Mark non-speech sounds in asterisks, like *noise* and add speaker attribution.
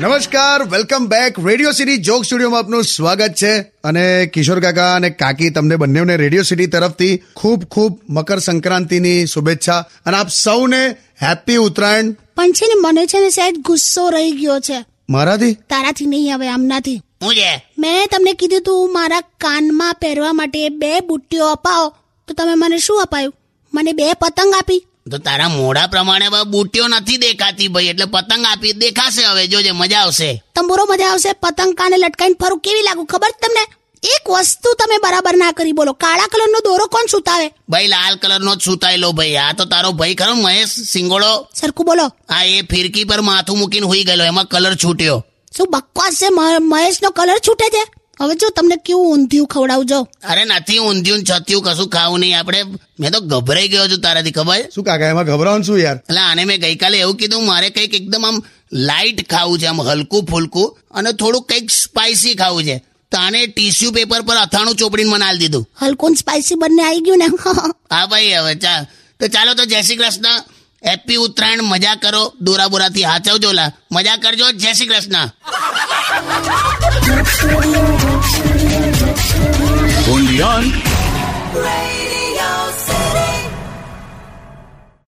Speaker 1: નમસ્કાર welcome back radio city jock સ્ટુડિયોમાં આપનું સ્વાગત છે અને કિશોર કાકા અને કાકી તમને બંનેને રેડિયો સિટી તરફથી ખૂબ ખૂબ મકર સંક્રાંતિની શુભેચ્છા અને આપ સૌને હેપી ઉત્તરાયણ
Speaker 2: પણ છે ને મને છે ને સાહેબ ગુસ્સો રહી ગયો છે
Speaker 1: મારાથી
Speaker 2: તારાથી નહીં હવે આમનાથી
Speaker 3: હું છે
Speaker 2: મેં તમને કીધું તું મારા કાનમાં પહેરવા માટે બે બુટ્ટીઓ અપાવો તો તમે મને શું અપાયું મને બે પતંગ આપી
Speaker 3: તો તારા મોઢા પ્રમાણે હવે બુટ્ટીઓ નથી દેખાતી ભાઈ એટલે પતંગ આપી દેખાશે હવે જોજે મજા આવશે
Speaker 2: તંબુરો મજા આવશે પતંગ કાને લટકાઈને ફરું કેવી લાગુ ખબર છે તમને એક વસ્તુ તમે બરાબર ના કરી બોલો કાળા કલરનો દોરો કોણ સુતાવે
Speaker 3: ભાઈ લાલ કલરનો જ સુતાયેલો ભાઈ આ તો તારો ભાઈ ખરો મહેશ સિંગોળો
Speaker 2: સરખું બોલો
Speaker 3: આ એ ફિરકી પર માથું મૂકીને હોઈ ગયેલો એમાં કલર છૂટ્યો
Speaker 2: શું બકવાસ છે મ- મહેશનો કલર છૂટે છે હવે જો તમને કેવું ઊંધિયું ખવડાવું જો
Speaker 3: અરે નથી ઊંધિયું ને છત્યું કશું ખાવું નહીં આપણે મેં તો ગભરાઈ ગયો છું તારાથી ખબર
Speaker 1: શું કાકા એમાં ગભરાવાનું શું યાર
Speaker 3: એટલે આને મેં ગઈકાલે એવું કીધું મારે કંઈક એકદમ આમ લાઇટ ખાવું છે આમ હલકું ફૂલકું અને થોડુંક કંઈક સ્પાઇસી ખાવું છે તો આને ટીશ્યુ પેપર પર અથાણું ચોપડીને મને આલી દીધું
Speaker 2: હલકું ને સ્પાઇસી બંને આવી ગયું ને *laughs*
Speaker 3: હા ભાઈ હવે ચા તો ચાલો તો જય શ્રી કૃષ્ણ હેપી ઉત્તરાયણ મજા કરો દોરા બોરાથી હાચવજો લા મજા કરજો જય Shri Krishna
Speaker 4: only on
Speaker 5: Radio